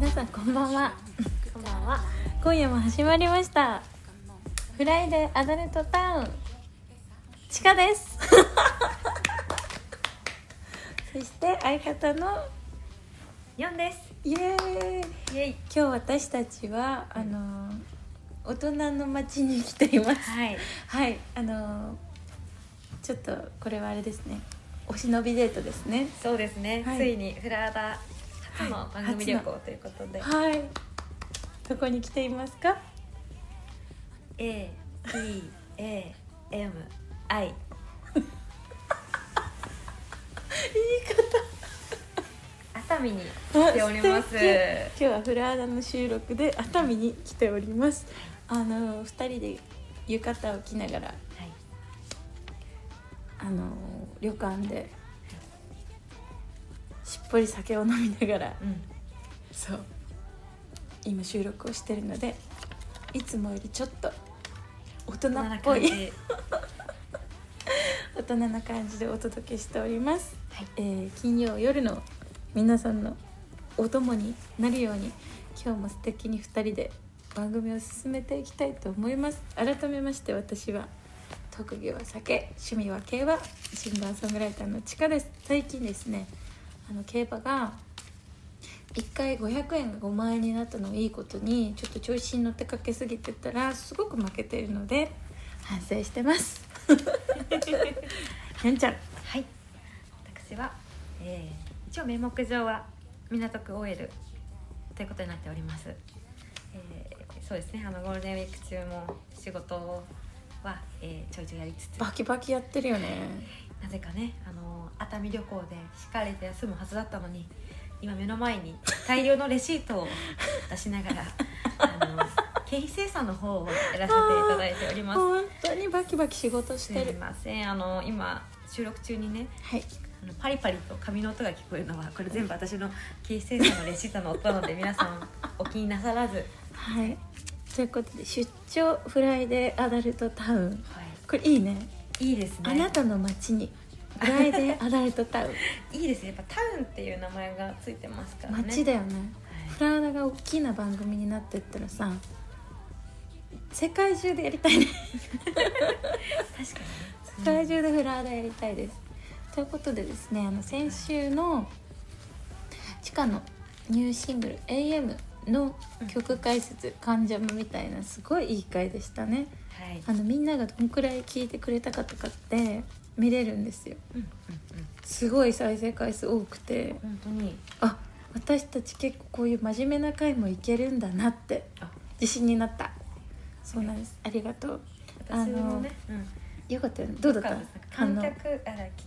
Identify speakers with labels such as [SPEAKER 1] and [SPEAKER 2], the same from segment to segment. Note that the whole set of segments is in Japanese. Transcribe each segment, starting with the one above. [SPEAKER 1] 皆さんこんばんは
[SPEAKER 2] こんばんは。
[SPEAKER 1] 今夜も始まりましたフライデーアダルトタウンちかです そして相方の
[SPEAKER 2] ヨンです。
[SPEAKER 1] イエーイ
[SPEAKER 2] イエイ。
[SPEAKER 1] 今日私たちはあの大人の街に来ています
[SPEAKER 2] はい。
[SPEAKER 1] はいあのちょっとこれはあれですねお忍びデートですね
[SPEAKER 2] そうですね。
[SPEAKER 1] はい
[SPEAKER 2] ついにフラダ初の番組旅行
[SPEAKER 1] は
[SPEAKER 2] ということで、
[SPEAKER 1] はいどこに来ていますか
[SPEAKER 2] A T A M I 熱海に来ております
[SPEAKER 1] あ素。敵今日はフラーダの収録で熱海に来ておりますあの二人で浴衣を着ながら
[SPEAKER 2] はい。
[SPEAKER 1] あの旅館でしっぽり酒を飲みながら
[SPEAKER 2] うん。
[SPEAKER 1] そう今収録をしてるのでいつもよりちょっと大人っ
[SPEAKER 2] こんな
[SPEAKER 1] ぽ
[SPEAKER 2] 感
[SPEAKER 1] い
[SPEAKER 2] じ。はい。
[SPEAKER 1] 大人な感じでお届けしております、えー金曜夜の皆さんのお供になるように今日も素敵に2人で番組を進めていきたいと思います改めまして私は特技は酒趣味は競馬シンガーソングライターのちかです最近ですねあの競馬が1回500円が5万円になったのをいいことにちょっと調子に乗ってかけすぎてたらすごく負けてるので反省してますやんちゃん
[SPEAKER 2] はい。私は、えー、一応名目上は港区 OL ということになっております。えー、そうですね。あのゴールデンウィーク中も仕事は、えー、ちょいちょいやりつつ。
[SPEAKER 1] バキバキやってるよね
[SPEAKER 2] なぜかねあの熱海旅行でしっかりと休むはずだったのに今目の前に大量のレシートを出しながらあの経費精算の方をやらせていただいております
[SPEAKER 1] 本当にバキバキ仕事し
[SPEAKER 2] す
[SPEAKER 1] て
[SPEAKER 2] み
[SPEAKER 1] る
[SPEAKER 2] ませんあの今収録中にね
[SPEAKER 1] はい
[SPEAKER 2] あのパリパリと紙の音が聞こえるのはこれ全部私の経費精算のレシートの音なので皆さんお気になさらず、はい、
[SPEAKER 1] はいということで出張フライデーアダルトタウンこれいいね
[SPEAKER 2] いいですね
[SPEAKER 1] あなたの街 にフライデーアダルトタウン
[SPEAKER 2] いいですねやっぱタウンっていう名前がついてますからね
[SPEAKER 1] 街だよね
[SPEAKER 2] はい
[SPEAKER 1] フラーダが大きな番組になってったらさ世界中でやりたいね
[SPEAKER 2] 確か
[SPEAKER 1] 世
[SPEAKER 2] にね
[SPEAKER 1] 界中でフラーダやりたいですということでですねあの先週の地下のニューシングル「AM」の曲解説「関ジャム」みたいなすごいいい回でしたね
[SPEAKER 2] はい
[SPEAKER 1] あのみんながどんくらい聴いてくれたかとかって見れるんですよ
[SPEAKER 2] うんうんうん
[SPEAKER 1] すごい再生回数多くて
[SPEAKER 2] 本当に
[SPEAKER 1] あ私たち結構こういう真面目な回もいけるんだなって
[SPEAKER 2] あ
[SPEAKER 1] 自信になったそうなんですありがとう
[SPEAKER 2] 私もね、うん、
[SPEAKER 1] よかったよねどうだっ
[SPEAKER 2] な
[SPEAKER 1] た
[SPEAKER 2] んか
[SPEAKER 1] 反
[SPEAKER 2] 観
[SPEAKER 1] 応
[SPEAKER 2] 客あだき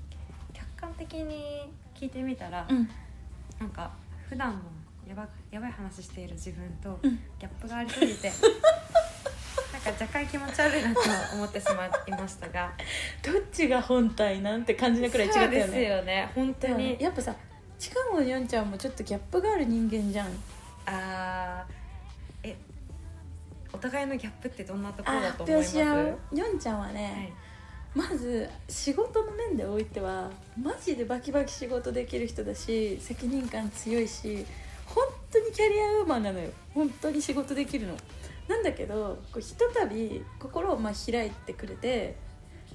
[SPEAKER 2] 客観的に聞いてみたら、
[SPEAKER 1] うん
[SPEAKER 2] なんか普段のやばやばい話している自分と
[SPEAKER 1] うん
[SPEAKER 2] ギャップがありすぎ て、なんか若干気持ち悪いなと思ってしまいましたが
[SPEAKER 1] どっちが本体なんて感じなくらい違ったよね
[SPEAKER 2] そうですよね本当に、
[SPEAKER 1] やっぱさチカもニョンちゃんもちょっとギャップがある人間じゃん
[SPEAKER 2] あーえお互いのギャップってどんなところだ
[SPEAKER 1] 発
[SPEAKER 2] と思いま
[SPEAKER 1] 表
[SPEAKER 2] す
[SPEAKER 1] し合うニョンちゃんは
[SPEAKER 2] は
[SPEAKER 1] ね
[SPEAKER 2] い、、
[SPEAKER 1] まず仕事の面でおいてはマジでバキバキ仕事できる人だし責任感強いし本当にキャリアウーマンなのよ本当に仕事できるのなんだけどこうひとたび心をまあ開いてくれて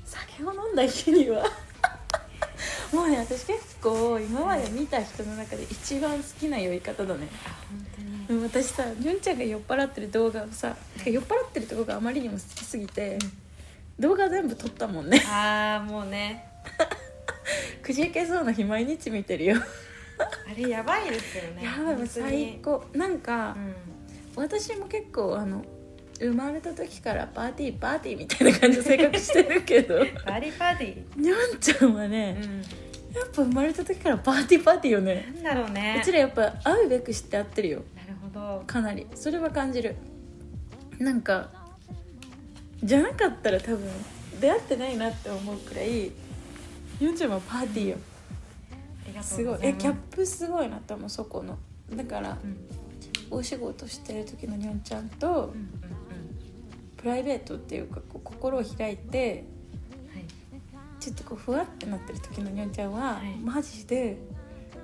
[SPEAKER 1] 酒を飲んだ日には もうね私結構今まで見た人の中で一番好きな酔い方だね
[SPEAKER 2] あ本当に、
[SPEAKER 1] うん私さ純ちゃんが酔っ払ってる動画をさてか酔っ払ってるとこがあまりにも好きすぎて動画全部撮ったもんね
[SPEAKER 2] ああもうね
[SPEAKER 1] くじけそうな日毎日見てるよ
[SPEAKER 2] あれやばいですよね。
[SPEAKER 1] やばいもう最高なんか
[SPEAKER 2] 本当に。、
[SPEAKER 1] 私も結構あの生まれた時からパーティーパーティーみたいな感じの性格してるけ ど
[SPEAKER 2] うん。バリバデ
[SPEAKER 1] にょんちゃんは
[SPEAKER 2] ィ。
[SPEAKER 1] ね、
[SPEAKER 2] う
[SPEAKER 1] やっぱ生まれた時からパーティーパーティーよね
[SPEAKER 2] ん。なんだろうね。
[SPEAKER 1] うちらやっぱ会うべくして会ってるよ
[SPEAKER 2] なるほど。
[SPEAKER 1] かなりそれは感じるなんかじゃなかったら多分出会ってないなって思うくらいゆんちゃんはパーティーよ
[SPEAKER 2] ありがと
[SPEAKER 1] す
[SPEAKER 2] う
[SPEAKER 1] ごい
[SPEAKER 2] ござい
[SPEAKER 1] え
[SPEAKER 2] ます。
[SPEAKER 1] キャップすごいなって思うそこのだから
[SPEAKER 2] うん。
[SPEAKER 1] お仕事してる時のにょんちゃんと
[SPEAKER 2] うんうんうん。
[SPEAKER 1] プライベートっていうかこう心を開いて
[SPEAKER 2] はい。
[SPEAKER 1] ちょっとこうふわってなってる時のにょんちゃんは、
[SPEAKER 2] はい
[SPEAKER 1] マジで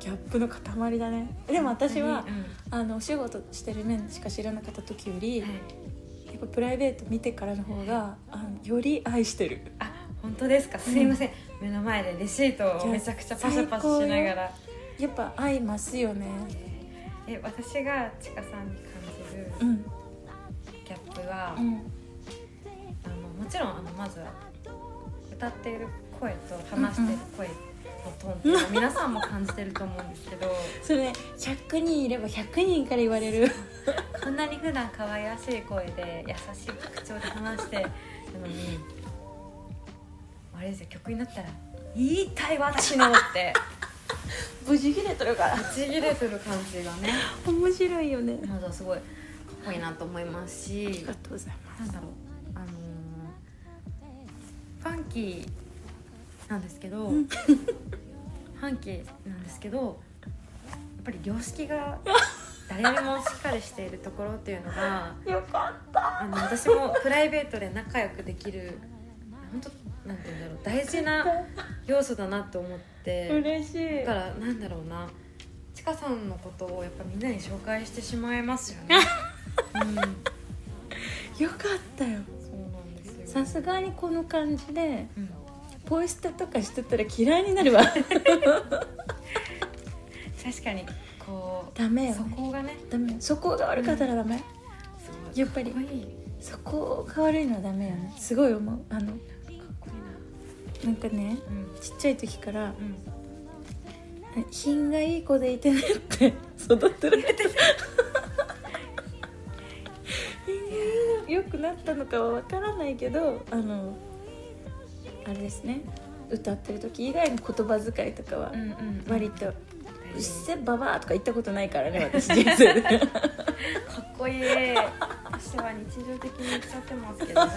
[SPEAKER 1] ギャップの塊だねでも私は
[SPEAKER 2] うん
[SPEAKER 1] あのお仕事してる面しか知らなかった時より、
[SPEAKER 2] はい、
[SPEAKER 1] やっぱプライベート見てからの方があのより愛してる
[SPEAKER 2] あ本当ですかすいません、目の前でレシートをめちゃくちゃパシャパシャしながら
[SPEAKER 1] やっぱ愛ますよね
[SPEAKER 2] え私がちかさんに感じる
[SPEAKER 1] うん
[SPEAKER 2] ギャップは、
[SPEAKER 1] うん
[SPEAKER 2] あのもちろんあのまずは歌っている声と話している声のトーンっていうのは皆さんも感じてると思うんですけど
[SPEAKER 1] それね100人いれば100人から言われる
[SPEAKER 2] こんなに普段可愛らしい声で優しい口調で話してるのにあれですよ曲になったら「言いたい私の」って
[SPEAKER 1] 無事切れとるから
[SPEAKER 2] ぶち切れてる感じがね
[SPEAKER 1] 面白いよね
[SPEAKER 2] なんかすごいかっこいいなと思います
[SPEAKER 1] あり
[SPEAKER 2] し
[SPEAKER 1] がとうございま
[SPEAKER 2] なんだろうあのーファンキーなんですけど、
[SPEAKER 1] うん
[SPEAKER 2] ファンキーなんですけどやっぱり良識が誰よりもしっかりしているところっていうのが
[SPEAKER 1] すよかった
[SPEAKER 2] あの私もプライベートで仲良くできる本当なんて言うんだろう大事な要素だなと思って
[SPEAKER 1] 嬉しい
[SPEAKER 2] だからなんだろうなちかさんのことをやっぱみんなに紹介してしまいますよね。うん
[SPEAKER 1] よかったよ
[SPEAKER 2] そうなんです
[SPEAKER 1] さ
[SPEAKER 2] よ
[SPEAKER 1] すがにこの感じで
[SPEAKER 2] うん
[SPEAKER 1] ポイ捨てとかしてたら嫌いになるわ
[SPEAKER 2] 確かにこう
[SPEAKER 1] ダメよ、
[SPEAKER 2] そ
[SPEAKER 1] ね、
[SPEAKER 2] こがね
[SPEAKER 1] ダメよそこが悪かったらダメ、
[SPEAKER 2] すごい
[SPEAKER 1] やっぱり
[SPEAKER 2] かっこいいか
[SPEAKER 1] そこが悪いのはダメよねすごい思うあの
[SPEAKER 2] っこいい
[SPEAKER 1] なんかね
[SPEAKER 2] なうん
[SPEAKER 1] ちっちゃい時から
[SPEAKER 2] う
[SPEAKER 1] 「
[SPEAKER 2] ん
[SPEAKER 1] 品がいい子でいてね」って 育てられて品が良くなったのかは分からないけどあのあれですね歌ってる時以外の言葉遣いとかは
[SPEAKER 2] うんうん
[SPEAKER 1] 割と
[SPEAKER 2] 大
[SPEAKER 1] 「
[SPEAKER 2] 事
[SPEAKER 1] うっせえババア」とか言ったことないから ね私人生で
[SPEAKER 2] かっこいい私は日常的に言っちゃってますけ どね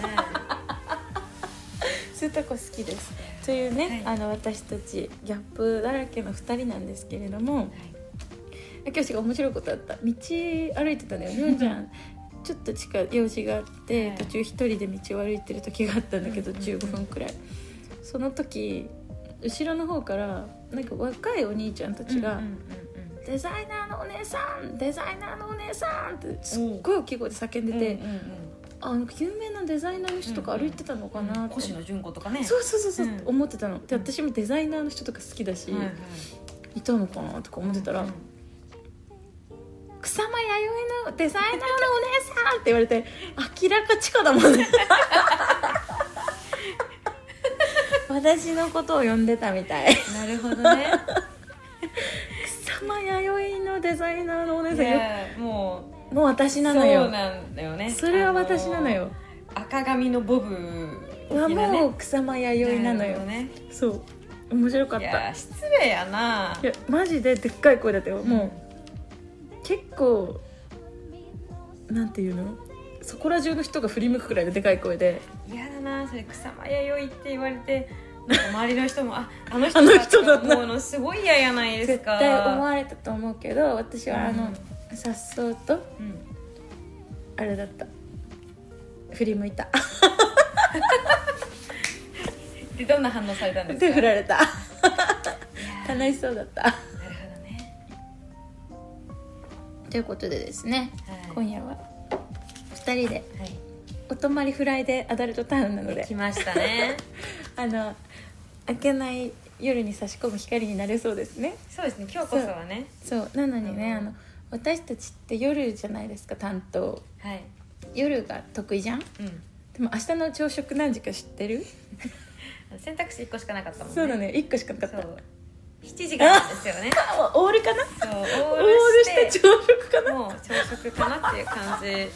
[SPEAKER 1] そういうとこ好きですというね、
[SPEAKER 2] はい
[SPEAKER 1] あの私たちギャップだらけの2人なんですけれども、今日面白いことあった道歩いてたんだよねうんちゃんちょっと近い用事があって、
[SPEAKER 2] はい
[SPEAKER 1] 途中一人で道を歩いてる時があったんだけど、
[SPEAKER 2] うんうんうん
[SPEAKER 1] 15分くらいその時後ろの方からなんか若いお兄ちゃんたちが「
[SPEAKER 2] うんうん
[SPEAKER 1] デザイナーのお姉さんデザイナーのお姉さん!」ってすっごい大きい声で叫んで
[SPEAKER 2] うんうん
[SPEAKER 1] て、
[SPEAKER 2] うん
[SPEAKER 1] あなんか有名なデザイナーの人とか歩いてたのか
[SPEAKER 2] うん
[SPEAKER 1] な
[SPEAKER 2] う
[SPEAKER 1] っ
[SPEAKER 2] ん
[SPEAKER 1] て、
[SPEAKER 2] 腰野純子とかね
[SPEAKER 1] そうそうそうそう、
[SPEAKER 2] うん
[SPEAKER 1] 思ってたので私もデザイナーの人とか好きだし、
[SPEAKER 2] はいはい
[SPEAKER 1] いたのかなとか思ってたら「
[SPEAKER 2] うん
[SPEAKER 1] 草間弥生のデザイナーのお姉さん」って言われて明らか地下だもんね私のことを呼んでたみたい
[SPEAKER 2] なるほど ね
[SPEAKER 1] 草間弥生のデザイナーのお姉
[SPEAKER 2] い
[SPEAKER 1] さんよ
[SPEAKER 2] やもう
[SPEAKER 1] もう私なの
[SPEAKER 2] そう
[SPEAKER 1] よ
[SPEAKER 2] なんだよね
[SPEAKER 1] それは私なの
[SPEAKER 2] あ
[SPEAKER 1] よ
[SPEAKER 2] 赤髪のボブ
[SPEAKER 1] は
[SPEAKER 2] 的なね
[SPEAKER 1] もう草間弥生なの
[SPEAKER 2] る
[SPEAKER 1] よ
[SPEAKER 2] ほどね
[SPEAKER 1] そう面白かっ
[SPEAKER 2] い
[SPEAKER 1] たい
[SPEAKER 2] や
[SPEAKER 1] や
[SPEAKER 2] 失礼やな
[SPEAKER 1] マジででっかい声だったよもう結構なんていうのそこら中の人が振り向くくらいのでかい声で
[SPEAKER 2] 嫌だなそれ草間弥生って言われてなんか周りの人もああ の
[SPEAKER 1] あ
[SPEAKER 2] 人
[SPEAKER 1] の
[SPEAKER 2] だ
[SPEAKER 1] 人
[SPEAKER 2] と
[SPEAKER 1] だな
[SPEAKER 2] 思うのすごい嫌やないです
[SPEAKER 1] 絶
[SPEAKER 2] か
[SPEAKER 1] 対思われたと思うけど私はあ
[SPEAKER 2] う
[SPEAKER 1] の
[SPEAKER 2] ん
[SPEAKER 1] 颯爽と
[SPEAKER 2] うん
[SPEAKER 1] あれだった振り向いた
[SPEAKER 2] でどんな反応されたんですか
[SPEAKER 1] で振られた
[SPEAKER 2] いや
[SPEAKER 1] 楽しそうだった
[SPEAKER 2] なるほどね、
[SPEAKER 1] ということでですね
[SPEAKER 2] はい
[SPEAKER 1] 今夜は2人で
[SPEAKER 2] はい
[SPEAKER 1] お泊まりフライデーアダルトタウンなので
[SPEAKER 2] 来ましたね
[SPEAKER 1] あの明けない夜に差し込む光になれそうですね
[SPEAKER 2] そうですね今日こそはね
[SPEAKER 1] そうなのにね
[SPEAKER 2] うん
[SPEAKER 1] あの私たちって夜じゃないですか担当
[SPEAKER 2] はい
[SPEAKER 1] 夜が得意じゃんで
[SPEAKER 2] うん
[SPEAKER 1] も明日の朝食何時か知ってる
[SPEAKER 2] 選択肢一個しかなかったもんね
[SPEAKER 1] そうだね1個しかなか
[SPEAKER 2] そ
[SPEAKER 1] っ
[SPEAKER 2] う
[SPEAKER 1] た
[SPEAKER 2] 7時からなんですよね
[SPEAKER 1] あオールかな
[SPEAKER 2] そうオ
[SPEAKER 1] オー
[SPEAKER 2] ー
[SPEAKER 1] ル
[SPEAKER 2] ル
[SPEAKER 1] し
[SPEAKER 2] してて
[SPEAKER 1] 朝食かな
[SPEAKER 2] もう朝食かなっていう感じ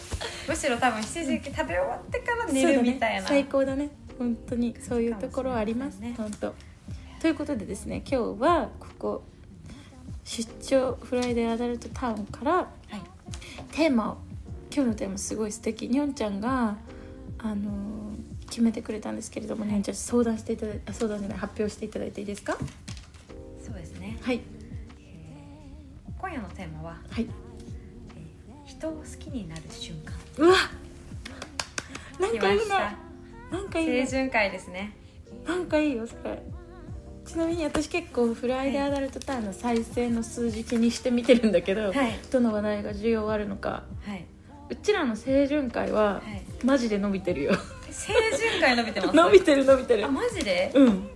[SPEAKER 2] むしろ多分7時食べ終わってから寝るみたいな、
[SPEAKER 1] そうだね最高だね本当にそういうところあります、
[SPEAKER 2] ね
[SPEAKER 1] 本当ということでですね今日はここ出張フライデーアダルトタウンから
[SPEAKER 2] はい
[SPEAKER 1] テーマを今日のテーマすごい素敵にょんちゃんがあのー決めてくれたんですけれども、にょんちゃん相談していただいあ相談じゃない発表していただいていいですか
[SPEAKER 2] そうですね
[SPEAKER 1] はい
[SPEAKER 2] 今夜のテーマは
[SPEAKER 1] はい
[SPEAKER 2] 人を好きになる瞬間
[SPEAKER 1] うわなん
[SPEAKER 2] 来
[SPEAKER 1] か
[SPEAKER 2] ま
[SPEAKER 1] いいね
[SPEAKER 2] した
[SPEAKER 1] なんかいい
[SPEAKER 2] 青
[SPEAKER 1] ね
[SPEAKER 2] 春会ですね
[SPEAKER 1] なんかいいよそれちなみに私結構「フライデーアダルトタイム」の再生の数字気にして見てるんだけど、
[SPEAKER 2] はい
[SPEAKER 1] どの話題が需要あるのか
[SPEAKER 2] はい、
[SPEAKER 1] うちらの青春会は、
[SPEAKER 2] はい、
[SPEAKER 1] マジで伸びてるよ
[SPEAKER 2] 青春会伸びてま す
[SPEAKER 1] 伸びてる伸びてる
[SPEAKER 2] あマジで
[SPEAKER 1] うん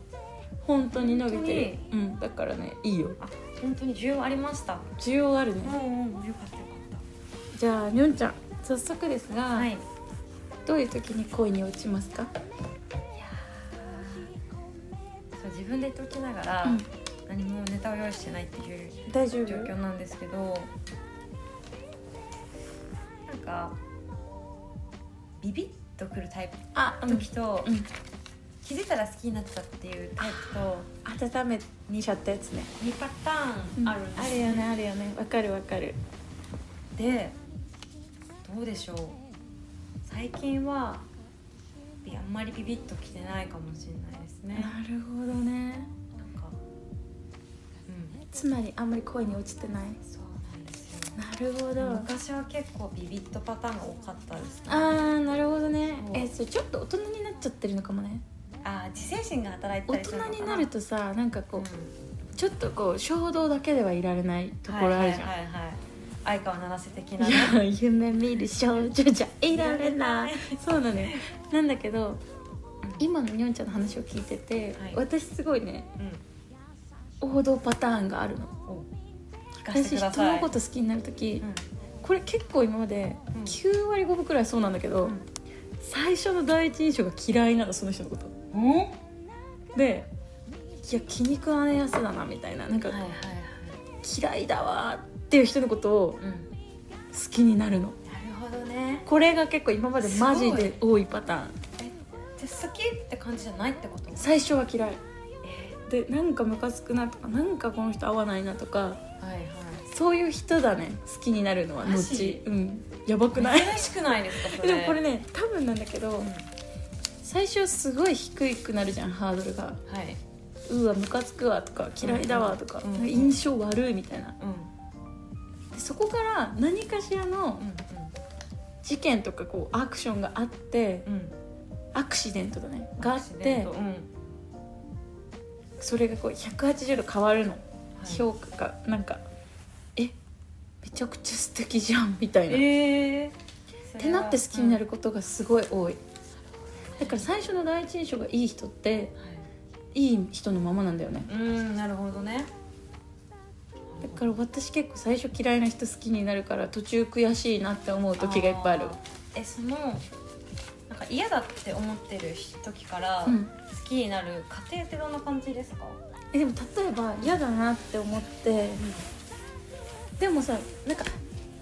[SPEAKER 1] 本当に伸びてるうんだからねいいよ
[SPEAKER 2] あ本当に需要ありました
[SPEAKER 1] 需要あるね
[SPEAKER 2] うんうんよかったよかっ
[SPEAKER 1] じゃあにょんちゃん早速ですが、
[SPEAKER 2] たはいいや
[SPEAKER 1] どういう時に恋に落ちますか、
[SPEAKER 2] ーそう自分で言っておきながら、
[SPEAKER 1] うん、
[SPEAKER 2] 何もネタを用意してないっていう
[SPEAKER 1] 大丈夫
[SPEAKER 2] 状況なんですけどなんかビビッとくるタイプ
[SPEAKER 1] あうん
[SPEAKER 2] の時と、
[SPEAKER 1] うん
[SPEAKER 2] 気づいたら好きになってたっていうタイプと
[SPEAKER 1] 温めにちゃったやつね、
[SPEAKER 2] 2パターンあるんです
[SPEAKER 1] あるよねあるよねわかるわかる
[SPEAKER 2] でどうでしょう最近はびあんまりビビッときてないかもしれないですね
[SPEAKER 1] るほどね
[SPEAKER 2] なんかうん
[SPEAKER 1] つまりあんまり恋に落ちてない
[SPEAKER 2] そうなんですよ
[SPEAKER 1] なるほど、あ
[SPEAKER 2] 昔は結構ビビッとパターンが多かったですね
[SPEAKER 1] あーなるほどね
[SPEAKER 2] そう
[SPEAKER 1] えそれちょっと大人になっちゃってるのかもね
[SPEAKER 2] あー自制心が働いて
[SPEAKER 1] 大
[SPEAKER 2] たりす
[SPEAKER 1] 人
[SPEAKER 2] るのかな
[SPEAKER 1] になるとさなんか
[SPEAKER 2] う
[SPEAKER 1] こ
[SPEAKER 2] ん
[SPEAKER 1] う、ちょっとこう衝動だけではいられないところあるじゃん、
[SPEAKER 2] はいはいはいはい相川七瀬的
[SPEAKER 1] い
[SPEAKER 2] なね
[SPEAKER 1] や夢見る少女じゃいられないそうなのよなんだけど今のにょんちゃんの話を聞いてて、
[SPEAKER 2] はい
[SPEAKER 1] 私すごいね
[SPEAKER 2] うん
[SPEAKER 1] 王道パターンがあるの
[SPEAKER 2] お聞かせ
[SPEAKER 1] 私
[SPEAKER 2] てくだ
[SPEAKER 1] 人
[SPEAKER 2] さい
[SPEAKER 1] のこと好きになる時、これ結構今まで
[SPEAKER 2] うん
[SPEAKER 1] 9割5分くらいそうなんだけど、
[SPEAKER 2] う
[SPEAKER 1] 最初の第一印象が嫌いなのその人のこと
[SPEAKER 2] んうんは
[SPEAKER 1] でいや気に食わないやつだなみたいななんか
[SPEAKER 2] いはいはい
[SPEAKER 1] 嫌いだわーっていう人のことを
[SPEAKER 2] うん
[SPEAKER 1] 好きになるの
[SPEAKER 2] なるほどね
[SPEAKER 1] これが結構今までマジで多いパターン
[SPEAKER 2] えじゃあ好きって感じじゃないってこと
[SPEAKER 1] 最初は嫌い
[SPEAKER 2] え
[SPEAKER 1] でなんかムカつくなとかなんかこの人合わないなとか
[SPEAKER 2] ーはいは
[SPEAKER 1] そういう人だね好きになるのは
[SPEAKER 2] マ
[SPEAKER 1] 後
[SPEAKER 2] ジ
[SPEAKER 1] うんやばくない
[SPEAKER 2] い珍しくないですかそれ
[SPEAKER 1] でもこれね多分なんだけど
[SPEAKER 2] うん
[SPEAKER 1] 最初すごい低くなるじゃんハードルが
[SPEAKER 2] はいう
[SPEAKER 1] わムカつくわとか嫌いだわとか,、
[SPEAKER 2] うんうん
[SPEAKER 1] 印象悪いみたいな
[SPEAKER 2] うん
[SPEAKER 1] でそこから何かしらの
[SPEAKER 2] う
[SPEAKER 1] 事件とかこうアクションがあって
[SPEAKER 2] んうんうん
[SPEAKER 1] アクシデントだねがあっ
[SPEAKER 2] 自然
[SPEAKER 1] て
[SPEAKER 2] とうん
[SPEAKER 1] それがこう180度変わるの、
[SPEAKER 2] はい
[SPEAKER 1] 評価がなんかえめちゃくちゃ素敵じゃんみたいな、
[SPEAKER 2] ええ
[SPEAKER 1] ってなって好きになることがすごい多い、だから最初の第一印象がいい人っていい人のままなんだよね
[SPEAKER 2] うんなるほどね
[SPEAKER 1] だから私結構最初嫌いな人好きになるから途中悔しいなって思う時がいっぱいある
[SPEAKER 2] ーえそのなんか嫌だって思ってる時から
[SPEAKER 1] う
[SPEAKER 2] 好
[SPEAKER 1] ん、
[SPEAKER 2] きになる過程ってどんな感じですか、
[SPEAKER 1] えでも例えば嫌だなって思ってでもさなんか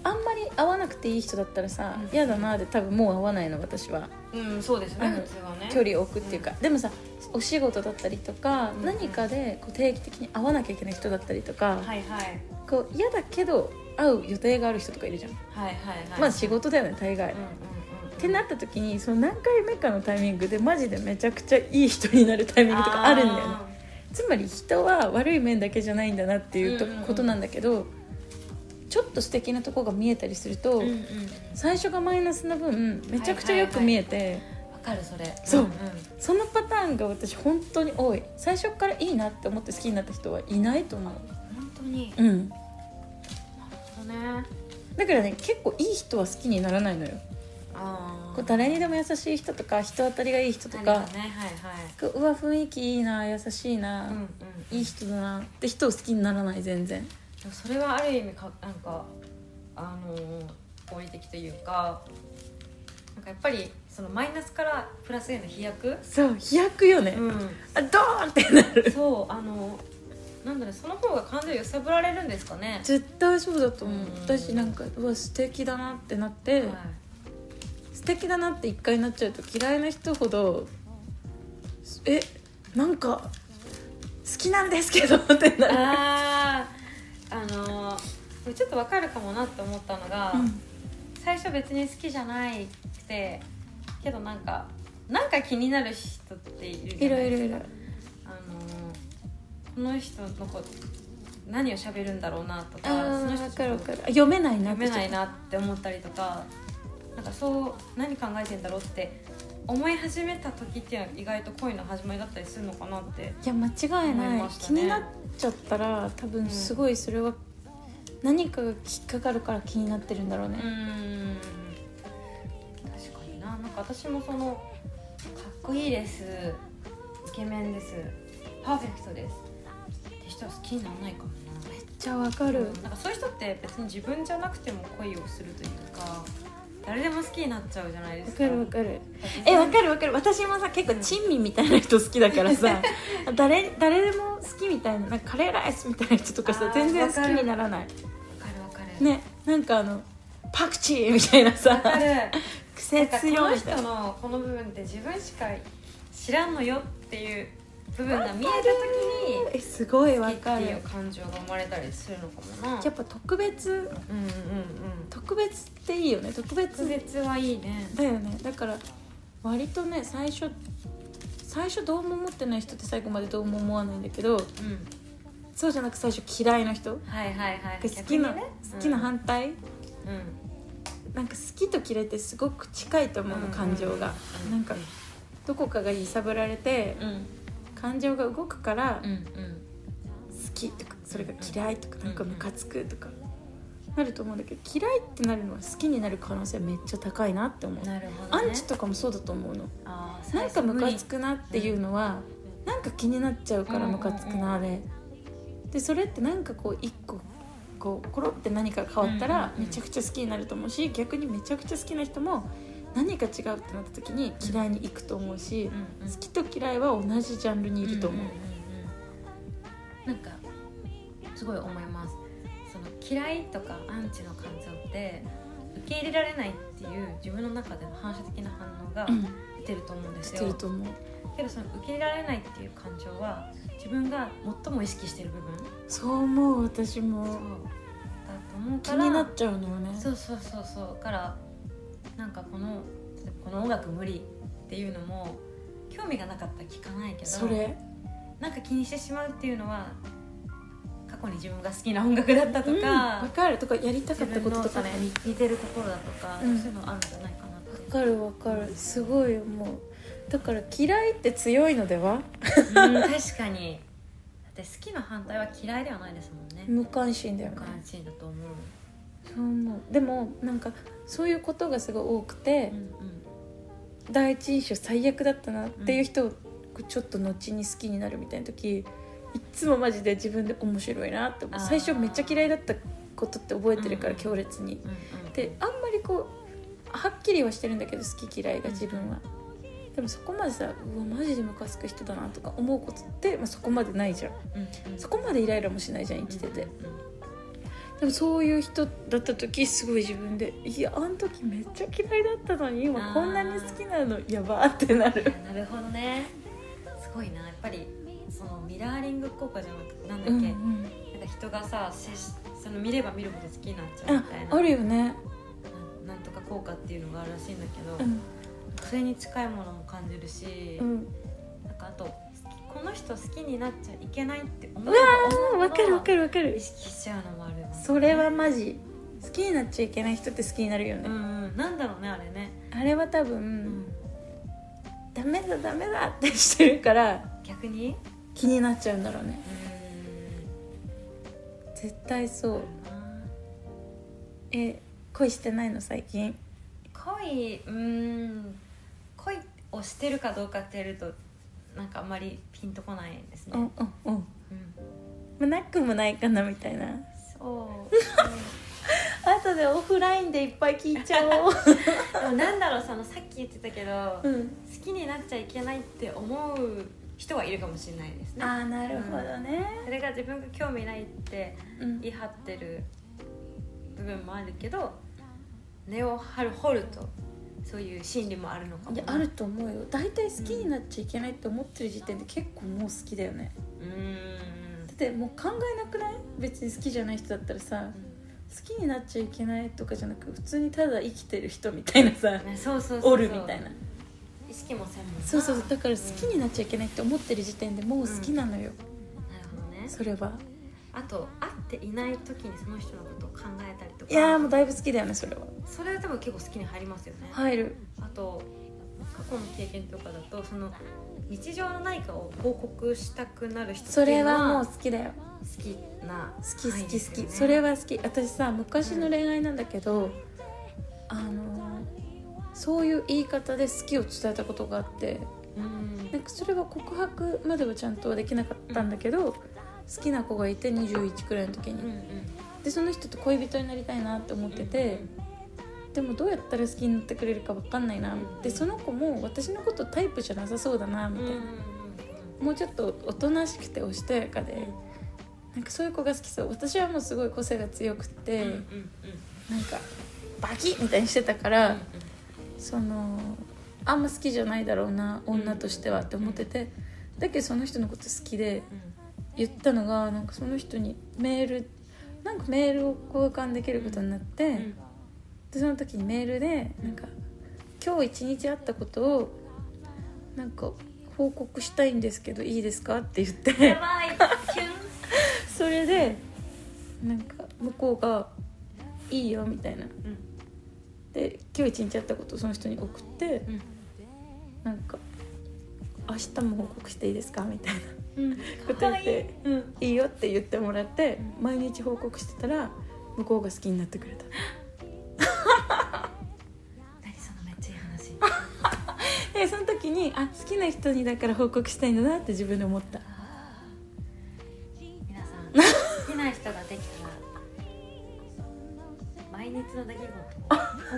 [SPEAKER 1] あんまり会わなくていい人だったらさ
[SPEAKER 2] うん
[SPEAKER 1] 嫌、だなで多分もう会わないの私は
[SPEAKER 2] うん、そうです
[SPEAKER 1] あの
[SPEAKER 2] ね普通はね
[SPEAKER 1] 距離を置くっていうか、でもさお仕事だったりとか、
[SPEAKER 2] うん
[SPEAKER 1] 何かでこう定期的に会わなきゃいけない人だったりとか、
[SPEAKER 2] はいはい
[SPEAKER 1] こう嫌だけど会う予定がある人とかいるじゃん、
[SPEAKER 2] はいはいはい
[SPEAKER 1] まあ仕事だよね大概、
[SPEAKER 2] うん
[SPEAKER 1] っ
[SPEAKER 2] うんうん
[SPEAKER 1] てなった時にその何回目かのタイミングでマジでめちゃくちゃいい人になるタイミングとかあるんだよねつまり人は悪い面だけじゃないんだなっていうと
[SPEAKER 2] うんうんうん
[SPEAKER 1] ことなんだけど、ちょっと素敵なとこが見えたりすると、
[SPEAKER 2] あーうんうんうん
[SPEAKER 1] 最初がマイナスな分めちゃくちゃよく見えて、
[SPEAKER 2] わかるそれ
[SPEAKER 1] そうん
[SPEAKER 2] ん
[SPEAKER 1] そのパターンが私本当に多い最初からいいなって思って好きになった人はいないと思う
[SPEAKER 2] 本当に
[SPEAKER 1] うん
[SPEAKER 2] そうね
[SPEAKER 1] だからね結構いい人は好きにならないのよ
[SPEAKER 2] あ
[SPEAKER 1] こう誰にで
[SPEAKER 2] だ
[SPEAKER 1] も優しい人とか人当たりがいい人と
[SPEAKER 2] と
[SPEAKER 1] か
[SPEAKER 2] かねはいは
[SPEAKER 1] こううわ雰囲気いいな優しいな、
[SPEAKER 2] いうんうん
[SPEAKER 1] いい人だなって人を好きにならない全然
[SPEAKER 2] でもそれはある意味かなんかあのー合理的というかなんかやっぱりそのマイナスからプラスへの飛躍
[SPEAKER 1] そう飛躍よね、
[SPEAKER 2] う
[SPEAKER 1] あドーンってなる
[SPEAKER 2] んそうあのなんだろうその方が感情揺さぶられるんですかね
[SPEAKER 1] 絶対そうだと思う、
[SPEAKER 2] うん
[SPEAKER 1] 私なんかうわ素敵だなってなって、
[SPEAKER 2] はい
[SPEAKER 1] 素敵だなって一回なっちゃうと嫌いな人ほどえなんか好きなんですけどってなる、
[SPEAKER 2] あーあのーちょっとわかるかもなって思ったのが、
[SPEAKER 1] うん
[SPEAKER 2] 最初別に好きじゃないくてけどなんかなんか気になる人っているじ
[SPEAKER 1] い
[SPEAKER 2] ゃな
[SPEAKER 1] ろ
[SPEAKER 2] い
[SPEAKER 1] いろ
[SPEAKER 2] です
[SPEAKER 1] い
[SPEAKER 2] か
[SPEAKER 1] ろ
[SPEAKER 2] あのこの人のこと何を喋るんだろうなとか
[SPEAKER 1] あー
[SPEAKER 2] その
[SPEAKER 1] わかる
[SPEAKER 2] 人
[SPEAKER 1] わ
[SPEAKER 2] と
[SPEAKER 1] かるあ読めないな
[SPEAKER 2] 読めない
[SPEAKER 1] な
[SPEAKER 2] なって思ったりとかなんかそう何考えてんだろうって思い始めた時っていうのは意外と恋の始まりだったりするのかなって
[SPEAKER 1] いや間違いない
[SPEAKER 2] 思いました
[SPEAKER 1] 気
[SPEAKER 2] ね
[SPEAKER 1] になっちゃったら多分すごいそれは何かが引っかかるから気になってるんだろう
[SPEAKER 2] う
[SPEAKER 1] ね、
[SPEAKER 2] ーん確かにななんか私もそのかっこいいですイケメンですパーフェクトですって人は好きにならないかもな
[SPEAKER 1] めっちゃわかる
[SPEAKER 2] なんかそういう人って別に自分じゃなくても恋をするというか誰でも好きになっちゃうじゃないで
[SPEAKER 1] わ
[SPEAKER 2] す
[SPEAKER 1] か
[SPEAKER 2] か
[SPEAKER 1] るわかるえわかるわかる私もさ結構珍味みたいな人好きだから さ誰誰でも好きみたいななんかカレーライスみたいな人とか
[SPEAKER 2] あ
[SPEAKER 1] さ
[SPEAKER 2] ー
[SPEAKER 1] 全然
[SPEAKER 2] わ
[SPEAKER 1] 好き
[SPEAKER 2] かる
[SPEAKER 1] にならない
[SPEAKER 2] わかるわかる
[SPEAKER 1] ねなんかあのパクチーみたいな
[SPEAKER 2] わか
[SPEAKER 1] さ
[SPEAKER 2] るな
[SPEAKER 1] 癖
[SPEAKER 2] んかこ
[SPEAKER 1] 強い
[SPEAKER 2] の
[SPEAKER 1] みたい
[SPEAKER 2] 人
[SPEAKER 1] な
[SPEAKER 2] のこの部分って自分しか知らんのよっていう部分が見えた時に
[SPEAKER 1] えすごい
[SPEAKER 2] 好
[SPEAKER 1] わ
[SPEAKER 2] きっ
[SPEAKER 1] か
[SPEAKER 2] て
[SPEAKER 1] る
[SPEAKER 2] いう感情が生まれたりするのかもな
[SPEAKER 1] やっぱ特別
[SPEAKER 2] うんうんうん
[SPEAKER 1] 特別っていいよね特別
[SPEAKER 2] 特別はいいね
[SPEAKER 1] だよねだから割とね最初最初どうも思ってない人って最後までどうも思わないんだけど
[SPEAKER 2] うん
[SPEAKER 1] そうじゃなく最初嫌いな人
[SPEAKER 2] はいはいはい
[SPEAKER 1] 好きな、
[SPEAKER 2] 逆にね
[SPEAKER 1] 好きな反対、
[SPEAKER 2] うんうん
[SPEAKER 1] なんか好きと嫌いってすごく近いと思うの、感情が、
[SPEAKER 2] うん
[SPEAKER 1] なんかどこかが揺さぶられて、
[SPEAKER 2] うん
[SPEAKER 1] 感情が動くから、
[SPEAKER 2] う
[SPEAKER 1] 好
[SPEAKER 2] んうん
[SPEAKER 1] きとかそれが嫌いとか、
[SPEAKER 2] うん
[SPEAKER 1] なんかムカつくとか、なると思うんだけど嫌いってなるのは好きになる可能性めっちゃ高いなって思う、
[SPEAKER 2] なるほ
[SPEAKER 1] ア
[SPEAKER 2] どね
[SPEAKER 1] ンチとかもそうだと思うの
[SPEAKER 2] あー
[SPEAKER 1] なんかムカつ
[SPEAKER 2] 最初
[SPEAKER 1] くなっていうのは、なんか気になっちゃうからムカつくなで、でそれってなんかこう一個こうコロって何か変わった
[SPEAKER 2] うん
[SPEAKER 1] ら
[SPEAKER 2] うんう
[SPEAKER 1] め
[SPEAKER 2] ん
[SPEAKER 1] ちゃくちゃ好きになると思うし逆にめちゃくちゃ好きな人も何か違うってなった時に嫌いに行くと思うし
[SPEAKER 2] 無理、うんうん
[SPEAKER 1] 好きと嫌いは同じジャンルにいると思う、
[SPEAKER 2] うんうんうんうんなんかすごい思いますその嫌いとかアンチの感情って受け入れられないっていう自分の中での反射的な反応が
[SPEAKER 1] うん
[SPEAKER 2] 出ると思うんです
[SPEAKER 1] し
[SPEAKER 2] よ、
[SPEAKER 1] てると思う
[SPEAKER 2] けどその受け入れられないっていう感情は自分が最も意識してる部分
[SPEAKER 1] そう思う私
[SPEAKER 2] そう
[SPEAKER 1] も
[SPEAKER 2] だと思う
[SPEAKER 1] 気
[SPEAKER 2] から
[SPEAKER 1] になっちゃうのよね
[SPEAKER 2] そうそうそうそうだからなんかこの例えばこの音楽無理っていうのも興味がなかったら聞かないけど
[SPEAKER 1] それ
[SPEAKER 2] なんか気にしてしまうっていうのは過去に自分が好きな音楽だったと
[SPEAKER 1] うん
[SPEAKER 2] か、
[SPEAKER 1] わかるとかやりたか
[SPEAKER 2] 自
[SPEAKER 1] った
[SPEAKER 2] 分
[SPEAKER 1] こ
[SPEAKER 2] の
[SPEAKER 1] ととかね
[SPEAKER 2] そう似似てるところだとか、
[SPEAKER 1] うん
[SPEAKER 2] そういうのあるんじゃないかなって
[SPEAKER 1] わかるわかるすごい思うだから嫌いって強いのでは
[SPEAKER 2] うん確かにだって好きの反対は嫌いではないですもんね、
[SPEAKER 1] 無関心だよね
[SPEAKER 2] 感じだと思う、
[SPEAKER 1] そう思うでもなんかそういうことがすごい多くて
[SPEAKER 2] う、んうん、
[SPEAKER 1] 第一印象最悪だったなっていう人をちょっと後に好きになるみたいな時いっつもマジで自分で面白いなって思う
[SPEAKER 2] あー
[SPEAKER 1] 最初めっちゃ嫌いだったことって覚えてるか
[SPEAKER 2] う
[SPEAKER 1] ら
[SPEAKER 2] ん
[SPEAKER 1] 強烈に、
[SPEAKER 2] うんうん
[SPEAKER 1] であんまりこうはっきりはしてるんだけど好き嫌いが自分は、でもそこまでさうわマジでムカつく人だなとか思うことって、まあ、そこまでないじゃん
[SPEAKER 2] うんうん
[SPEAKER 1] そこまでイライラもしないじゃん生きてて、
[SPEAKER 2] うんうん
[SPEAKER 1] でもそういう人だった時すごい自分でいやあの時めっちゃ嫌いだったのに今こんなに好きなのやばーってなる
[SPEAKER 2] なるほどねすごいなやっぱりそのミラーリング効果じゃなくてなんだっけ、
[SPEAKER 1] うんう
[SPEAKER 2] なん
[SPEAKER 1] ん
[SPEAKER 2] か人がさ接しその見れば見るほど好きになっちゃう
[SPEAKER 1] あ
[SPEAKER 2] みたいな
[SPEAKER 1] あるよね、
[SPEAKER 2] ななんとか効果っていうのがあるらしいんだけど、
[SPEAKER 1] うん
[SPEAKER 2] それに近いものも感じるし、
[SPEAKER 1] うん、
[SPEAKER 2] なんかあと好きこの人好きになっちゃいけないって思う
[SPEAKER 1] あわかるわか
[SPEAKER 2] る
[SPEAKER 1] るわか
[SPEAKER 2] 意
[SPEAKER 1] る
[SPEAKER 2] 識しちゃうのもあるよね
[SPEAKER 1] それはマジ好きになっちゃいけない人って好きになるよ
[SPEAKER 2] う
[SPEAKER 1] ね、
[SPEAKER 2] んうんなんだろうねあれね、
[SPEAKER 1] あれは多
[SPEAKER 2] う
[SPEAKER 1] 分、
[SPEAKER 2] ん
[SPEAKER 1] ダメだダメだってしてるから
[SPEAKER 2] 逆に
[SPEAKER 1] 気になっちゃうんだろうね
[SPEAKER 2] うん
[SPEAKER 1] 絶対そう
[SPEAKER 2] だな
[SPEAKER 1] え恋してないの最近
[SPEAKER 2] 恋うーん恋をしてるかどうかってやるとなんかあんまりピンとこないですね、
[SPEAKER 1] う
[SPEAKER 2] うんん
[SPEAKER 1] うんうんまあなくもないかなみたいな
[SPEAKER 2] そう
[SPEAKER 1] 後でオフラインでいっぱい聞いちゃ おう、
[SPEAKER 2] でもなんだろうそのさっき言ってたけど、
[SPEAKER 1] う
[SPEAKER 2] 好
[SPEAKER 1] ん
[SPEAKER 2] きになっちゃいけないって思う人はいるかもしれないですね
[SPEAKER 1] ああなるほどね、
[SPEAKER 2] それが自分が興味ないって
[SPEAKER 1] うん
[SPEAKER 2] 言い張ってる部分もあるけど根を張る掘るとそういう心理もあるのかも
[SPEAKER 1] いや
[SPEAKER 2] な
[SPEAKER 1] あると思うよ大体好きになっちゃいけないって思ってる時点で結構もう好きだよね
[SPEAKER 2] うーん
[SPEAKER 1] だってもう考えなくない別に好きじゃない人だったらさ好きになっちゃいけないとかじゃなく普通にただ生きてる人みたいなさ
[SPEAKER 2] ねそうそうそうそう
[SPEAKER 1] おるみたいな
[SPEAKER 2] 意識もせんもんな
[SPEAKER 1] そうそうそうだから好きになっちゃいけないって思ってる時点でもう好きなのよ、
[SPEAKER 2] なるほどね
[SPEAKER 1] それは
[SPEAKER 2] あと会っていない時にその人のことを考えたりとか
[SPEAKER 1] いやーもうだいぶ好きだよねそれは
[SPEAKER 2] それは多分結構好きに入りますよね、
[SPEAKER 1] 入る
[SPEAKER 2] あと過去の経験とかだとその日常の何かを報告したくなる人って
[SPEAKER 1] そ
[SPEAKER 2] い
[SPEAKER 1] れ
[SPEAKER 2] うの
[SPEAKER 1] はもう
[SPEAKER 2] は
[SPEAKER 1] 好きだよ
[SPEAKER 2] 好きな
[SPEAKER 1] 好き好き好き、
[SPEAKER 2] 範囲ですよね
[SPEAKER 1] それは好き私さ昔の恋愛なんだけど、あのそういう言い方で好きを伝えたことがあって
[SPEAKER 2] うん
[SPEAKER 1] なんかそれは告白まではちゃんとはできなかったんだけど、好きな子がいて21くらいの時に、
[SPEAKER 2] うんうん
[SPEAKER 1] でその人と恋人になりたいなって思ってて、でもどうやったら好きになってくれるか分かんないなでその子も私のことタイプじゃなさそうだな
[SPEAKER 2] うん
[SPEAKER 1] み
[SPEAKER 2] うん
[SPEAKER 1] たいな、もうちょっとおとなしくておしとやかで、なんかそういう子が好きそう私はもうすごい個性が強くって、
[SPEAKER 2] うんうんうんうん
[SPEAKER 1] なんかバキッみたいにしてたから、そのあんま好きじゃないだろうな女としてはって思ってて、だけどその人のこと好きで言ったのがなんかその人にメールなんかメールを交換できることになって、
[SPEAKER 2] うんうん
[SPEAKER 1] でその時にメールでなんか今日一日あったことをなんか報告したいんですけどいいですかって言っ
[SPEAKER 2] や
[SPEAKER 1] て
[SPEAKER 2] ばいキュン
[SPEAKER 1] それでなんか向こうが「いいよ」みたいな
[SPEAKER 2] うん
[SPEAKER 1] で今日一日あったことをその人に送って
[SPEAKER 2] うん
[SPEAKER 1] なんか「明日も報告していいですか?」みたいなこと言
[SPEAKER 2] か
[SPEAKER 1] っ
[SPEAKER 2] わいい
[SPEAKER 1] て
[SPEAKER 2] うん
[SPEAKER 1] 「いいよ」って言ってもらって
[SPEAKER 2] う
[SPEAKER 1] 毎日報告してたら向こうが好きになってくれた
[SPEAKER 2] 何そのめっちゃいい話
[SPEAKER 1] でその時にあ好きな人にだから報告したいんだなって自分で思った
[SPEAKER 2] 皆さん好きな人ができたら毎日の出来事を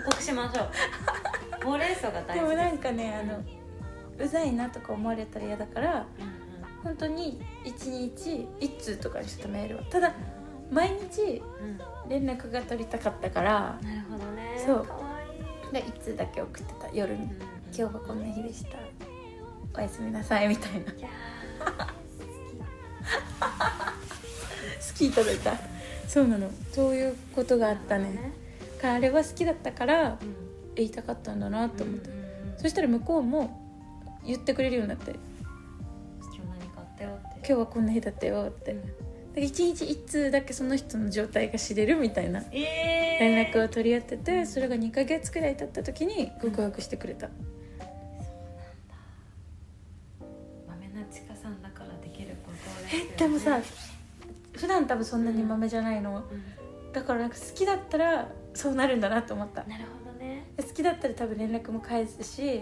[SPEAKER 2] 報告しましょうほうれん草が大
[SPEAKER 1] でも
[SPEAKER 2] 事
[SPEAKER 1] な
[SPEAKER 2] です
[SPEAKER 1] んかねあのうざいなとか思われたら嫌だから
[SPEAKER 2] うんうん
[SPEAKER 1] 本当に1日1通とかにしてたメールはただ毎日
[SPEAKER 2] うん
[SPEAKER 1] 連絡が取りたかったから
[SPEAKER 2] なるほどね
[SPEAKER 1] そう
[SPEAKER 2] かわいい
[SPEAKER 1] で1通だけ送ってた夜に
[SPEAKER 2] うんうん
[SPEAKER 1] 「今日はこんな日でしたおやすみなさい」みたい な好
[SPEAKER 2] いや
[SPEAKER 1] きいただいたそうなのそういうことがあった
[SPEAKER 2] ーなる
[SPEAKER 1] ねからあれは好きだったから
[SPEAKER 2] ほどね
[SPEAKER 1] 言いたかったんだなと
[SPEAKER 2] うん
[SPEAKER 1] 思って
[SPEAKER 2] うんうんうん
[SPEAKER 1] そしたら向こうも言ってくれるようになって
[SPEAKER 2] 今日何かあったよっ
[SPEAKER 1] 「今
[SPEAKER 2] て
[SPEAKER 1] 日はこんな日だったよ」って
[SPEAKER 2] うん
[SPEAKER 1] で1日1通だけその人の状態が知れるみたいな
[SPEAKER 2] えー
[SPEAKER 1] 連絡を取り合っててそれが2ヶ月くらい経った時に告白してくれた
[SPEAKER 2] 豆なちかさんだからできることですよ
[SPEAKER 1] え
[SPEAKER 2] ね
[SPEAKER 1] でもさ普段多分そんなにマメじゃないの
[SPEAKER 2] うん
[SPEAKER 1] だからなんか好きだったらそうなるんだなと思った
[SPEAKER 2] なるほどね
[SPEAKER 1] 好きだったら多分連絡も返すし
[SPEAKER 2] うんう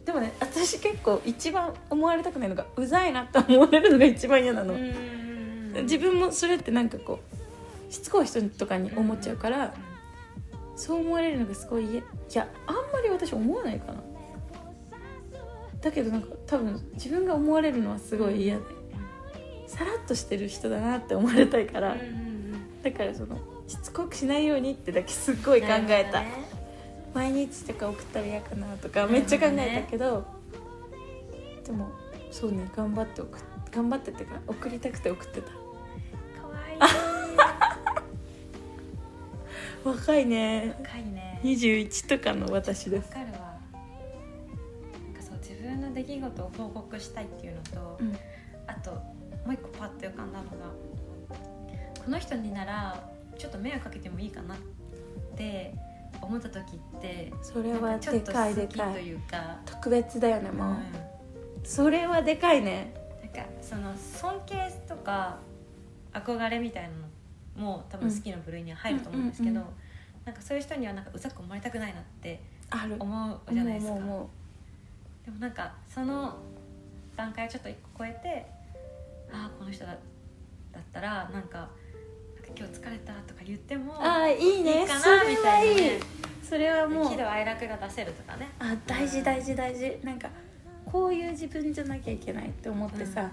[SPEAKER 2] ん
[SPEAKER 1] でもね私結構一番思われたくないのがうざいなって思われるのが一番嫌な
[SPEAKER 2] う
[SPEAKER 1] の
[SPEAKER 2] んうんうん
[SPEAKER 1] 自分もそれってなんかこうしつこい人とかに思っちゃうから
[SPEAKER 2] うん
[SPEAKER 1] そう思われるのがすごい嫌いやあんまり私思わないかなだけどなんか多分自分が思われるのはすごい嫌でさらっとしてる人だなって思われたいから
[SPEAKER 2] うんうんうん
[SPEAKER 1] だからそのしつこくしないようにってだけすっごい考えた、
[SPEAKER 2] なるほどね
[SPEAKER 1] 毎日とか送ったら嫌かなとか
[SPEAKER 2] るほど
[SPEAKER 1] め
[SPEAKER 2] ね
[SPEAKER 1] っちゃ考えたけどでもそうね頑張って送っ頑張ってってか送りたくて送ってた
[SPEAKER 2] かわいい
[SPEAKER 1] 若いね
[SPEAKER 2] 若いね
[SPEAKER 1] 21とかの私で
[SPEAKER 2] わ
[SPEAKER 1] す
[SPEAKER 2] かるわなんかそう自分の出来事を報告したいっていうのと、
[SPEAKER 1] うん
[SPEAKER 2] あともう一個パッと浮かんだのがこの人にならちょっと迷惑かけてもいいかなって思った時って
[SPEAKER 1] それは
[SPEAKER 2] なんかちょ
[SPEAKER 1] で
[SPEAKER 2] っと
[SPEAKER 1] かいで
[SPEAKER 2] 好き
[SPEAKER 1] か
[SPEAKER 2] と
[SPEAKER 1] い
[SPEAKER 2] いうか
[SPEAKER 1] 特別だよねもう、
[SPEAKER 2] うん
[SPEAKER 1] それはでかいね
[SPEAKER 2] なんかその尊敬とか憧れみたいなのも多分好きの部類には入ると思うんですけど、
[SPEAKER 1] うんうんうん
[SPEAKER 2] なんかそういう人にはなんかうざく思われたくないなって
[SPEAKER 1] ある
[SPEAKER 2] 思うじゃないですか
[SPEAKER 1] もうもうも
[SPEAKER 2] でもなんかその段階をちょっと一個超えてああこの人だだったらなんかなんか今日疲れたとか言っても
[SPEAKER 1] うああいいね
[SPEAKER 2] いいか
[SPEAKER 1] それ
[SPEAKER 2] なみた
[SPEAKER 1] はいい
[SPEAKER 2] ないね
[SPEAKER 1] それはもう
[SPEAKER 2] 喜怒哀楽が出せるとかね
[SPEAKER 1] あ大事大事大事なんかこういう自分じゃなきゃいけないって思ってさ、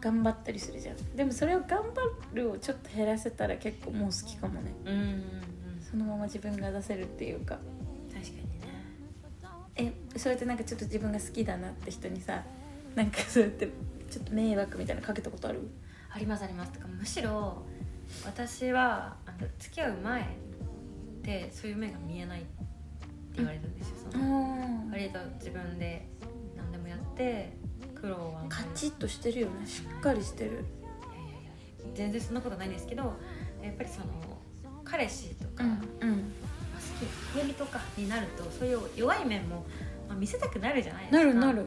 [SPEAKER 1] 頑張ったりするじゃんでもそれを頑張るをちょっと減らせたら結構もう好きかもね
[SPEAKER 2] うんうんうん
[SPEAKER 1] そのまま自分が出せるっていうか
[SPEAKER 2] 確かにね
[SPEAKER 1] えそうやってなんかちょっと自分が好きだなって人にさなんかそうやってちょっと迷惑みたいなのかけたことある
[SPEAKER 2] ありますありますとかむしろ私はあの付き合う前ってそういう目が見えないって言われるんですよ、その
[SPEAKER 1] あ
[SPEAKER 2] 割と自分で何でもやって苦労はあんまり
[SPEAKER 1] カチッとしてるよねしっかりしてる
[SPEAKER 2] いやいやいや全然そんなことないんですけどやっぱりその彼氏とか、まあ
[SPEAKER 1] うん
[SPEAKER 2] 好き恋人とかになるとそういう弱い面もまあ、見せたくなるじゃないですか
[SPEAKER 1] なるなる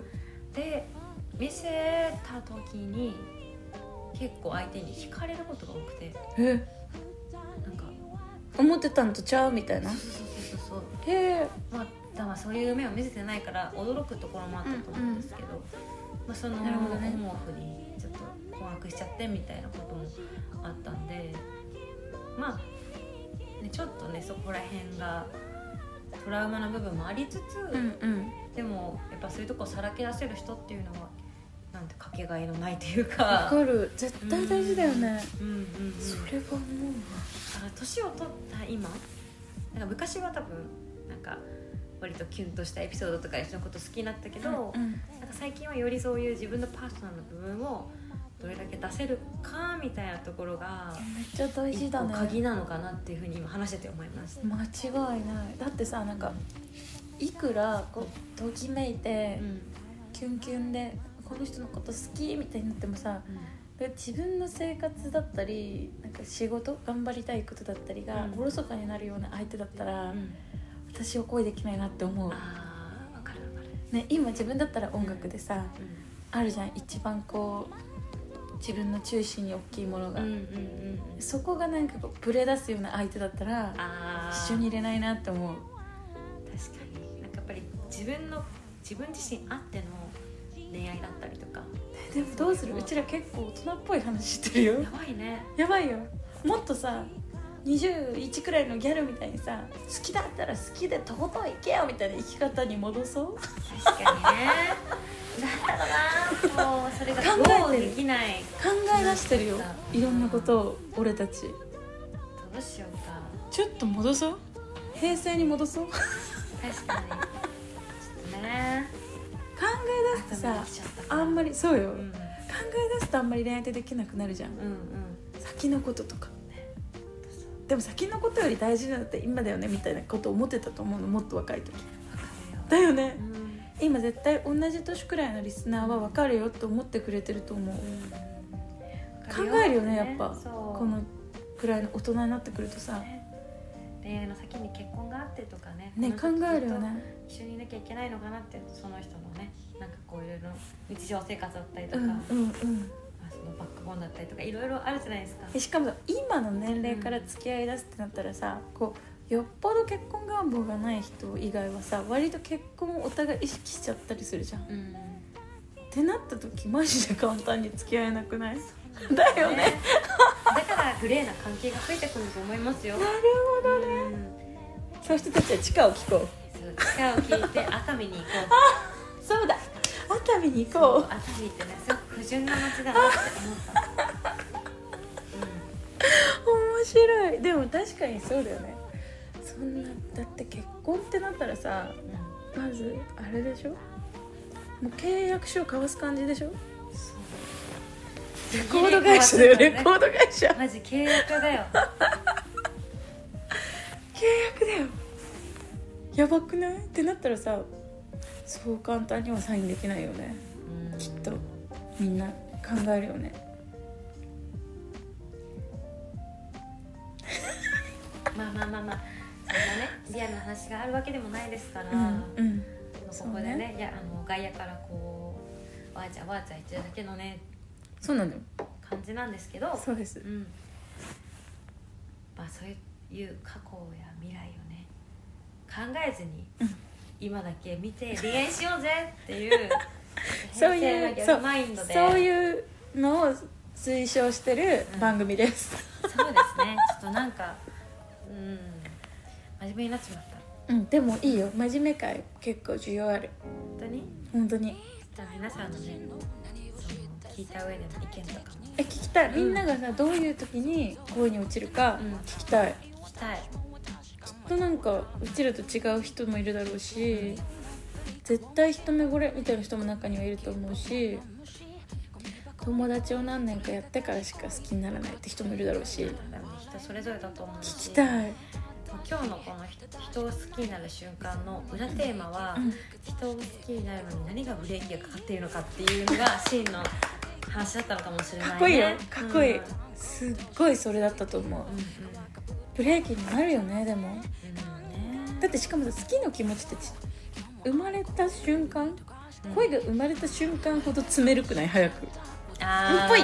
[SPEAKER 2] で見せた時に結構相手に惹かれることが多くて
[SPEAKER 1] え
[SPEAKER 2] なんか
[SPEAKER 1] 思ってたんとちゃうみたいな
[SPEAKER 2] そうそうそうそう
[SPEAKER 1] へえ
[SPEAKER 2] まあだからそういう目を見せてないから驚くところもあったと思うんですけど、まあ、その
[SPEAKER 1] なるほどね
[SPEAKER 2] オンオフにちょっと困惑しちゃってみたいなこともあったんでまあ、ね、ちょっとねそこら辺がトラウマな部分もありつつ、
[SPEAKER 1] うんうん
[SPEAKER 2] でもやっぱそういうとこをさらけ出せる人っていうのはなんてかけがえのないという
[SPEAKER 1] わ
[SPEAKER 2] か。
[SPEAKER 1] かる絶対大事だよね
[SPEAKER 2] うんうんうん、
[SPEAKER 1] それは思う
[SPEAKER 2] だから年を取った今なんか昔は多分なんか割とキュンとしたエピソードとか一緒のこと好きになったけど、
[SPEAKER 1] わうん
[SPEAKER 2] なんか最近はよりそういう自分のパーソナルの部分をどれだけ出せるかみたいなところが
[SPEAKER 1] めっちゃ大事
[SPEAKER 2] 一
[SPEAKER 1] だ
[SPEAKER 2] 個
[SPEAKER 1] ね
[SPEAKER 2] 鍵なのかなっていうふうに今話してて思いました。
[SPEAKER 1] 間違いないだってさなんかいくらこうときめいて、
[SPEAKER 2] うん
[SPEAKER 1] キュンキュンでこの人のこと好きみたいになってもさ自分の生活だったりなんか仕事頑張りたいことだったりが
[SPEAKER 2] うん
[SPEAKER 1] おろそかになるような相手だったら、
[SPEAKER 2] うん
[SPEAKER 1] 私を恋できないなって思う、
[SPEAKER 2] あーわかるわかる
[SPEAKER 1] ね、今自分だったら音楽でさ、
[SPEAKER 2] う
[SPEAKER 1] あるじゃん一番こう自分の中心に大きいものが、
[SPEAKER 2] んうんうんうん
[SPEAKER 1] そこがなんかこうブレ出すような相手だったら
[SPEAKER 2] あー
[SPEAKER 1] 一緒にいれないなって思う
[SPEAKER 2] 確かになんかやっぱり自分の自分自身あっての恋愛だったりとか
[SPEAKER 1] えでもどうするうちら結構大人っぽい話してるよ
[SPEAKER 2] やばいね
[SPEAKER 1] やばいよもっとさ21くらいのギャルみたいにさ好きだったら好きでとことん行けよみたいな生き方に戻そう
[SPEAKER 2] 確かにねなんだろうなもうそれが
[SPEAKER 1] 考えてる
[SPEAKER 2] どうできない
[SPEAKER 1] 考え出してるよいろんなことを俺たち
[SPEAKER 2] どうしようか
[SPEAKER 1] ちょっと戻そう平成に戻そう考
[SPEAKER 2] 確かにちょっとね
[SPEAKER 1] え出すとさあんま
[SPEAKER 2] り
[SPEAKER 1] りそうよ、
[SPEAKER 2] うんうん
[SPEAKER 1] 考え出すとあんまり恋愛ってできなくなるじゃん
[SPEAKER 2] うん
[SPEAKER 1] 先のこととかでも先のことより大事なのって今だよねみたいなこと思ってたと思うのもっと若い時
[SPEAKER 2] わかるよ
[SPEAKER 1] だよね
[SPEAKER 2] うんうん
[SPEAKER 1] 今絶対同じ年くらいのリスナーは分かるよって思ってくれてると思う考
[SPEAKER 2] わか
[SPEAKER 1] えるよねやっぱ
[SPEAKER 2] そう
[SPEAKER 1] このくらいの大人になってくるとさ
[SPEAKER 2] ね恋愛の先に結婚があってとかね
[SPEAKER 1] ね考
[SPEAKER 2] この人と
[SPEAKER 1] えるよね
[SPEAKER 2] 一緒にいなきゃいけないのかなってその人のねなんかこういろいろ日常生活だったりと
[SPEAKER 1] う
[SPEAKER 2] か、
[SPEAKER 1] んうん
[SPEAKER 2] ま
[SPEAKER 1] うん
[SPEAKER 2] あ、そのバックボーンだったりとかいろいろあるじゃないですか
[SPEAKER 1] えしかもさ今の年齢から付き合いだすってなったらさこうよっぽど結婚願望がない人以外はさ割と結婚をお互い意識しちゃったりするじゃんっ
[SPEAKER 2] うん
[SPEAKER 1] てなった時マジで簡単に付き合えなくないだよね
[SPEAKER 2] だからグレーな関係が増えてくると思いますよ
[SPEAKER 1] なるほどね
[SPEAKER 2] うん
[SPEAKER 1] そういう人たちは地下を聞こう
[SPEAKER 2] そう力を聞いて熱海に行こ
[SPEAKER 1] そうだ熱海に
[SPEAKER 2] う
[SPEAKER 1] 行こう
[SPEAKER 2] 熱海ってねすごく不純な街だなって思った、うん
[SPEAKER 1] 面白いでも確かにそうだよねそんなだって結婚ってなったらさ
[SPEAKER 2] う
[SPEAKER 1] まずあれでしょもう契約書を交わす感じでしょ
[SPEAKER 2] ん、そう
[SPEAKER 1] レコード会社だよレ
[SPEAKER 2] レ
[SPEAKER 1] コ
[SPEAKER 2] コ
[SPEAKER 1] ード会社
[SPEAKER 2] マジ契約だよ
[SPEAKER 1] 契約だよやばくないってなったらさそう簡単にはサインできないよねきっとみんな考えるよね
[SPEAKER 2] まあまあまあまあそんなねリアルな話があるわけでもないですから、
[SPEAKER 1] うんうん
[SPEAKER 2] ここでねいやあの外野からこうわーちゃんわーちゃん言ってるだけのね
[SPEAKER 1] そうなのよ
[SPEAKER 2] 感じなんですけど
[SPEAKER 1] そうです
[SPEAKER 2] うんまあそういう過去や未来をね考えずに、
[SPEAKER 1] うん
[SPEAKER 2] 今だけ見て恋愛しようぜっていう
[SPEAKER 1] そう
[SPEAKER 2] 平成
[SPEAKER 1] い
[SPEAKER 2] のギ
[SPEAKER 1] う
[SPEAKER 2] ャ
[SPEAKER 1] そ
[SPEAKER 2] ルマインド
[SPEAKER 1] う
[SPEAKER 2] で
[SPEAKER 1] そう
[SPEAKER 2] う
[SPEAKER 1] いうのを推奨してる番組です、
[SPEAKER 2] そうですねちょっとなんかうん真面目になっちまった
[SPEAKER 1] うん、でもいいよ真面目会結構需要ある
[SPEAKER 2] 本当に
[SPEAKER 1] 本当に
[SPEAKER 2] じゃあ皆さんのねその聞いた上での意見とかも
[SPEAKER 1] え聞きたい
[SPEAKER 2] うん
[SPEAKER 1] みんながさどういう時に恋に落ちるか
[SPEAKER 2] うん
[SPEAKER 1] 聞きたい、
[SPEAKER 2] 聞きたい
[SPEAKER 1] きっとなんかうちらと違う人もいるだろうし絶対一目惚れみたいな人も中にはいると思うし友達を何年かやってからしか好きにならないって人もいるだろうし
[SPEAKER 2] 人それぞれだと思うし
[SPEAKER 1] 聞きたい、
[SPEAKER 2] 今日のこの人人を好きになる瞬間の裏テーマは、
[SPEAKER 1] うん
[SPEAKER 2] 人を好きになるのに何がブレーキがかかっているのかっていうのが真の話だったのかもしれない、ね、
[SPEAKER 1] かっこいいよかっこいい、
[SPEAKER 2] うん
[SPEAKER 1] すっごいそれだったと思う
[SPEAKER 2] うんうん
[SPEAKER 1] ブレーキになるよねでも
[SPEAKER 2] うんね
[SPEAKER 1] だってしかもさ好きの気持ちってち生まれた瞬間恋が生まれた瞬間ほど詰めるくない早く
[SPEAKER 2] あー
[SPEAKER 1] ぽいっ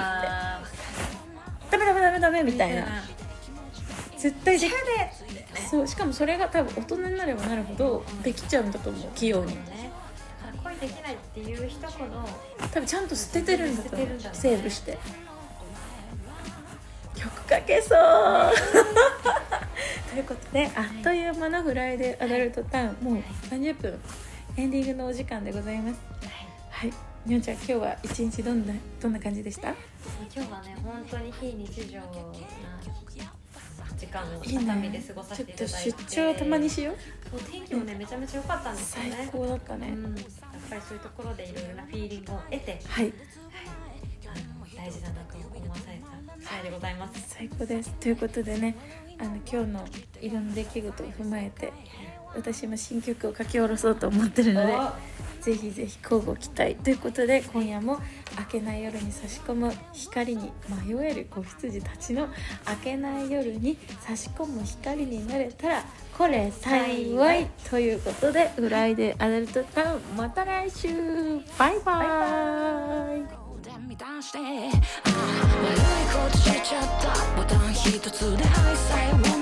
[SPEAKER 1] てダメダメダメダメみたいな絶対できそうしかもそれが多分大人になればなるほどできちゃうんだと思う器用に
[SPEAKER 2] 恋できないっていう一言を
[SPEAKER 1] 多分ちゃんと捨ててるんだと思う
[SPEAKER 2] 捨ててるんだね
[SPEAKER 1] セーブして曲かけそうということであっという間の「フライデーアダルトタウン」もう30分エンディングのお時間でございますはいにょんちゃん今日は一日どんなどんな感じでした
[SPEAKER 2] 今日はね本当に非日常な時間を
[SPEAKER 1] いい
[SPEAKER 2] 熱海で
[SPEAKER 1] ね
[SPEAKER 2] 過ごさ
[SPEAKER 1] ち
[SPEAKER 2] せ
[SPEAKER 1] ょって
[SPEAKER 2] いた
[SPEAKER 1] と
[SPEAKER 2] だいて
[SPEAKER 1] 出張たまにしよう
[SPEAKER 2] そう天気もねめちゃめちゃ良かったんですよ
[SPEAKER 1] 最
[SPEAKER 2] ね
[SPEAKER 1] 高だった
[SPEAKER 2] う
[SPEAKER 1] ね、
[SPEAKER 2] ん、やっぱりそういうところでいろいろなフィーリングを得て、
[SPEAKER 1] はい
[SPEAKER 2] あの大事だなと思わされた次第でございます。
[SPEAKER 1] 最高ですということでねあの今日のいろんな出来事を踏まえて私も新曲を書き下ろそうと思ってるのでぜひぜひ交互期待ということで今夜も明けない夜に差し込む光に迷える子羊たちの明けない夜に差し込む光になれたらこれ幸いということで「フライデーアダルトタウン」また来週バイバイ
[SPEAKER 3] 乱してああ悪いことしちゃったボタン一つで愛さえ忘